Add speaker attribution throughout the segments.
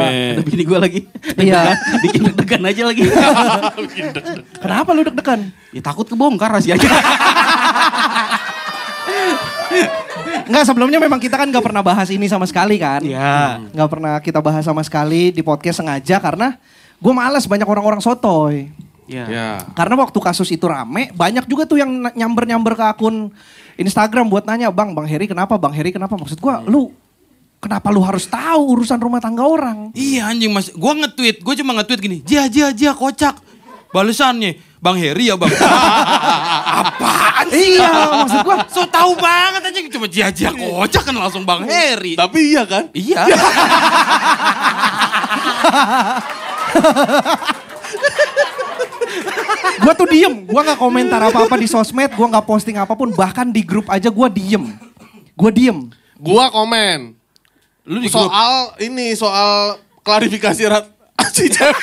Speaker 1: Ada bini gue lagi.
Speaker 2: Iya.
Speaker 1: Bikin deg-degan aja lagi.
Speaker 2: Kenapa lu deg-degan?
Speaker 1: ya takut kebongkar rahasianya.
Speaker 2: Enggak, sebelumnya memang kita kan nggak pernah bahas ini sama sekali kan.
Speaker 3: Iya.
Speaker 2: Nggak pernah kita bahas sama sekali di podcast sengaja karena gue males banyak orang-orang sotoy.
Speaker 1: Iya.
Speaker 3: Ya.
Speaker 2: Karena waktu kasus itu rame, banyak juga tuh yang na- nyamber-nyamber ke akun Instagram buat nanya, Bang, Bang Heri kenapa? Bang Heri kenapa? Maksud gue,
Speaker 3: Hmm.
Speaker 2: lu kenapa lu harus tahu urusan rumah tangga orang?
Speaker 3: Iya anjing mas, gue nge-tweet, gue cuma nge-tweet gini, jia jia jia kocak. Balesannya, Bang Heri ya bang. Apaan sih?
Speaker 2: Iya, maksud gua.
Speaker 3: So tau banget anjing, cuma jia jia kocak kan langsung Bang Heri.
Speaker 1: Tapi iya kan?
Speaker 3: Iya.
Speaker 2: Gue tuh diem, gue nggak komentar apa-apa di sosmed, gue nggak posting apapun, bahkan di grup aja gue diem. Gue diem.
Speaker 4: Gua komen.
Speaker 3: Lu di grup.
Speaker 4: Soal ini, soal klarifikasi rat si cewek.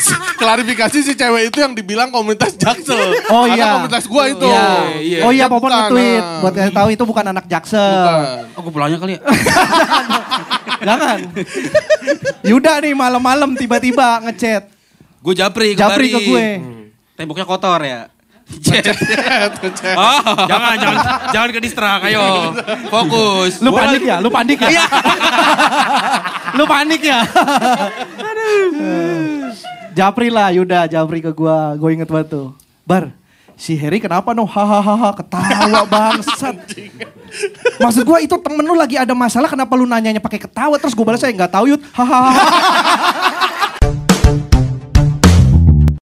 Speaker 4: si- klarifikasi si cewek itu yang dibilang komunitas Jaksel.
Speaker 2: Oh
Speaker 4: Karena
Speaker 2: iya.
Speaker 4: komunitas gua itu.
Speaker 2: Iya.
Speaker 3: Iya.
Speaker 2: Oh iya,
Speaker 4: Dia
Speaker 2: Popon
Speaker 4: bukan,
Speaker 2: nge-tweet.
Speaker 4: nah.
Speaker 2: Buat kalian tahu itu bukan anak
Speaker 4: Bukan.
Speaker 2: Jaksel.
Speaker 1: Oh kepulauannya kali ya?
Speaker 2: Jangan. kan? Yuda nih malam-malam tiba-tiba ngechat.
Speaker 3: Gue japri
Speaker 2: Japri ke
Speaker 3: kabarin.
Speaker 2: gue.
Speaker 4: Hmm.
Speaker 1: Temboknya kotor ya?
Speaker 3: Ah, jangan, jangan, jangan ke distrak, ayo. Fokus.
Speaker 2: Lu
Speaker 3: Gua
Speaker 2: panik
Speaker 3: lagi-
Speaker 2: ya? Lu panik ya?
Speaker 4: Iya.
Speaker 2: Lu panik ya? Japri lah Yuda, Japri ke gue. Gue inget banget tuh. Bar, si Heri kenapa no? Hahaha, ketawa bangsat. Maksud gue itu temen lu lagi ada masalah kenapa lu nanyanya pakai ketawa terus gue balas saya nggak tahu yud hahaha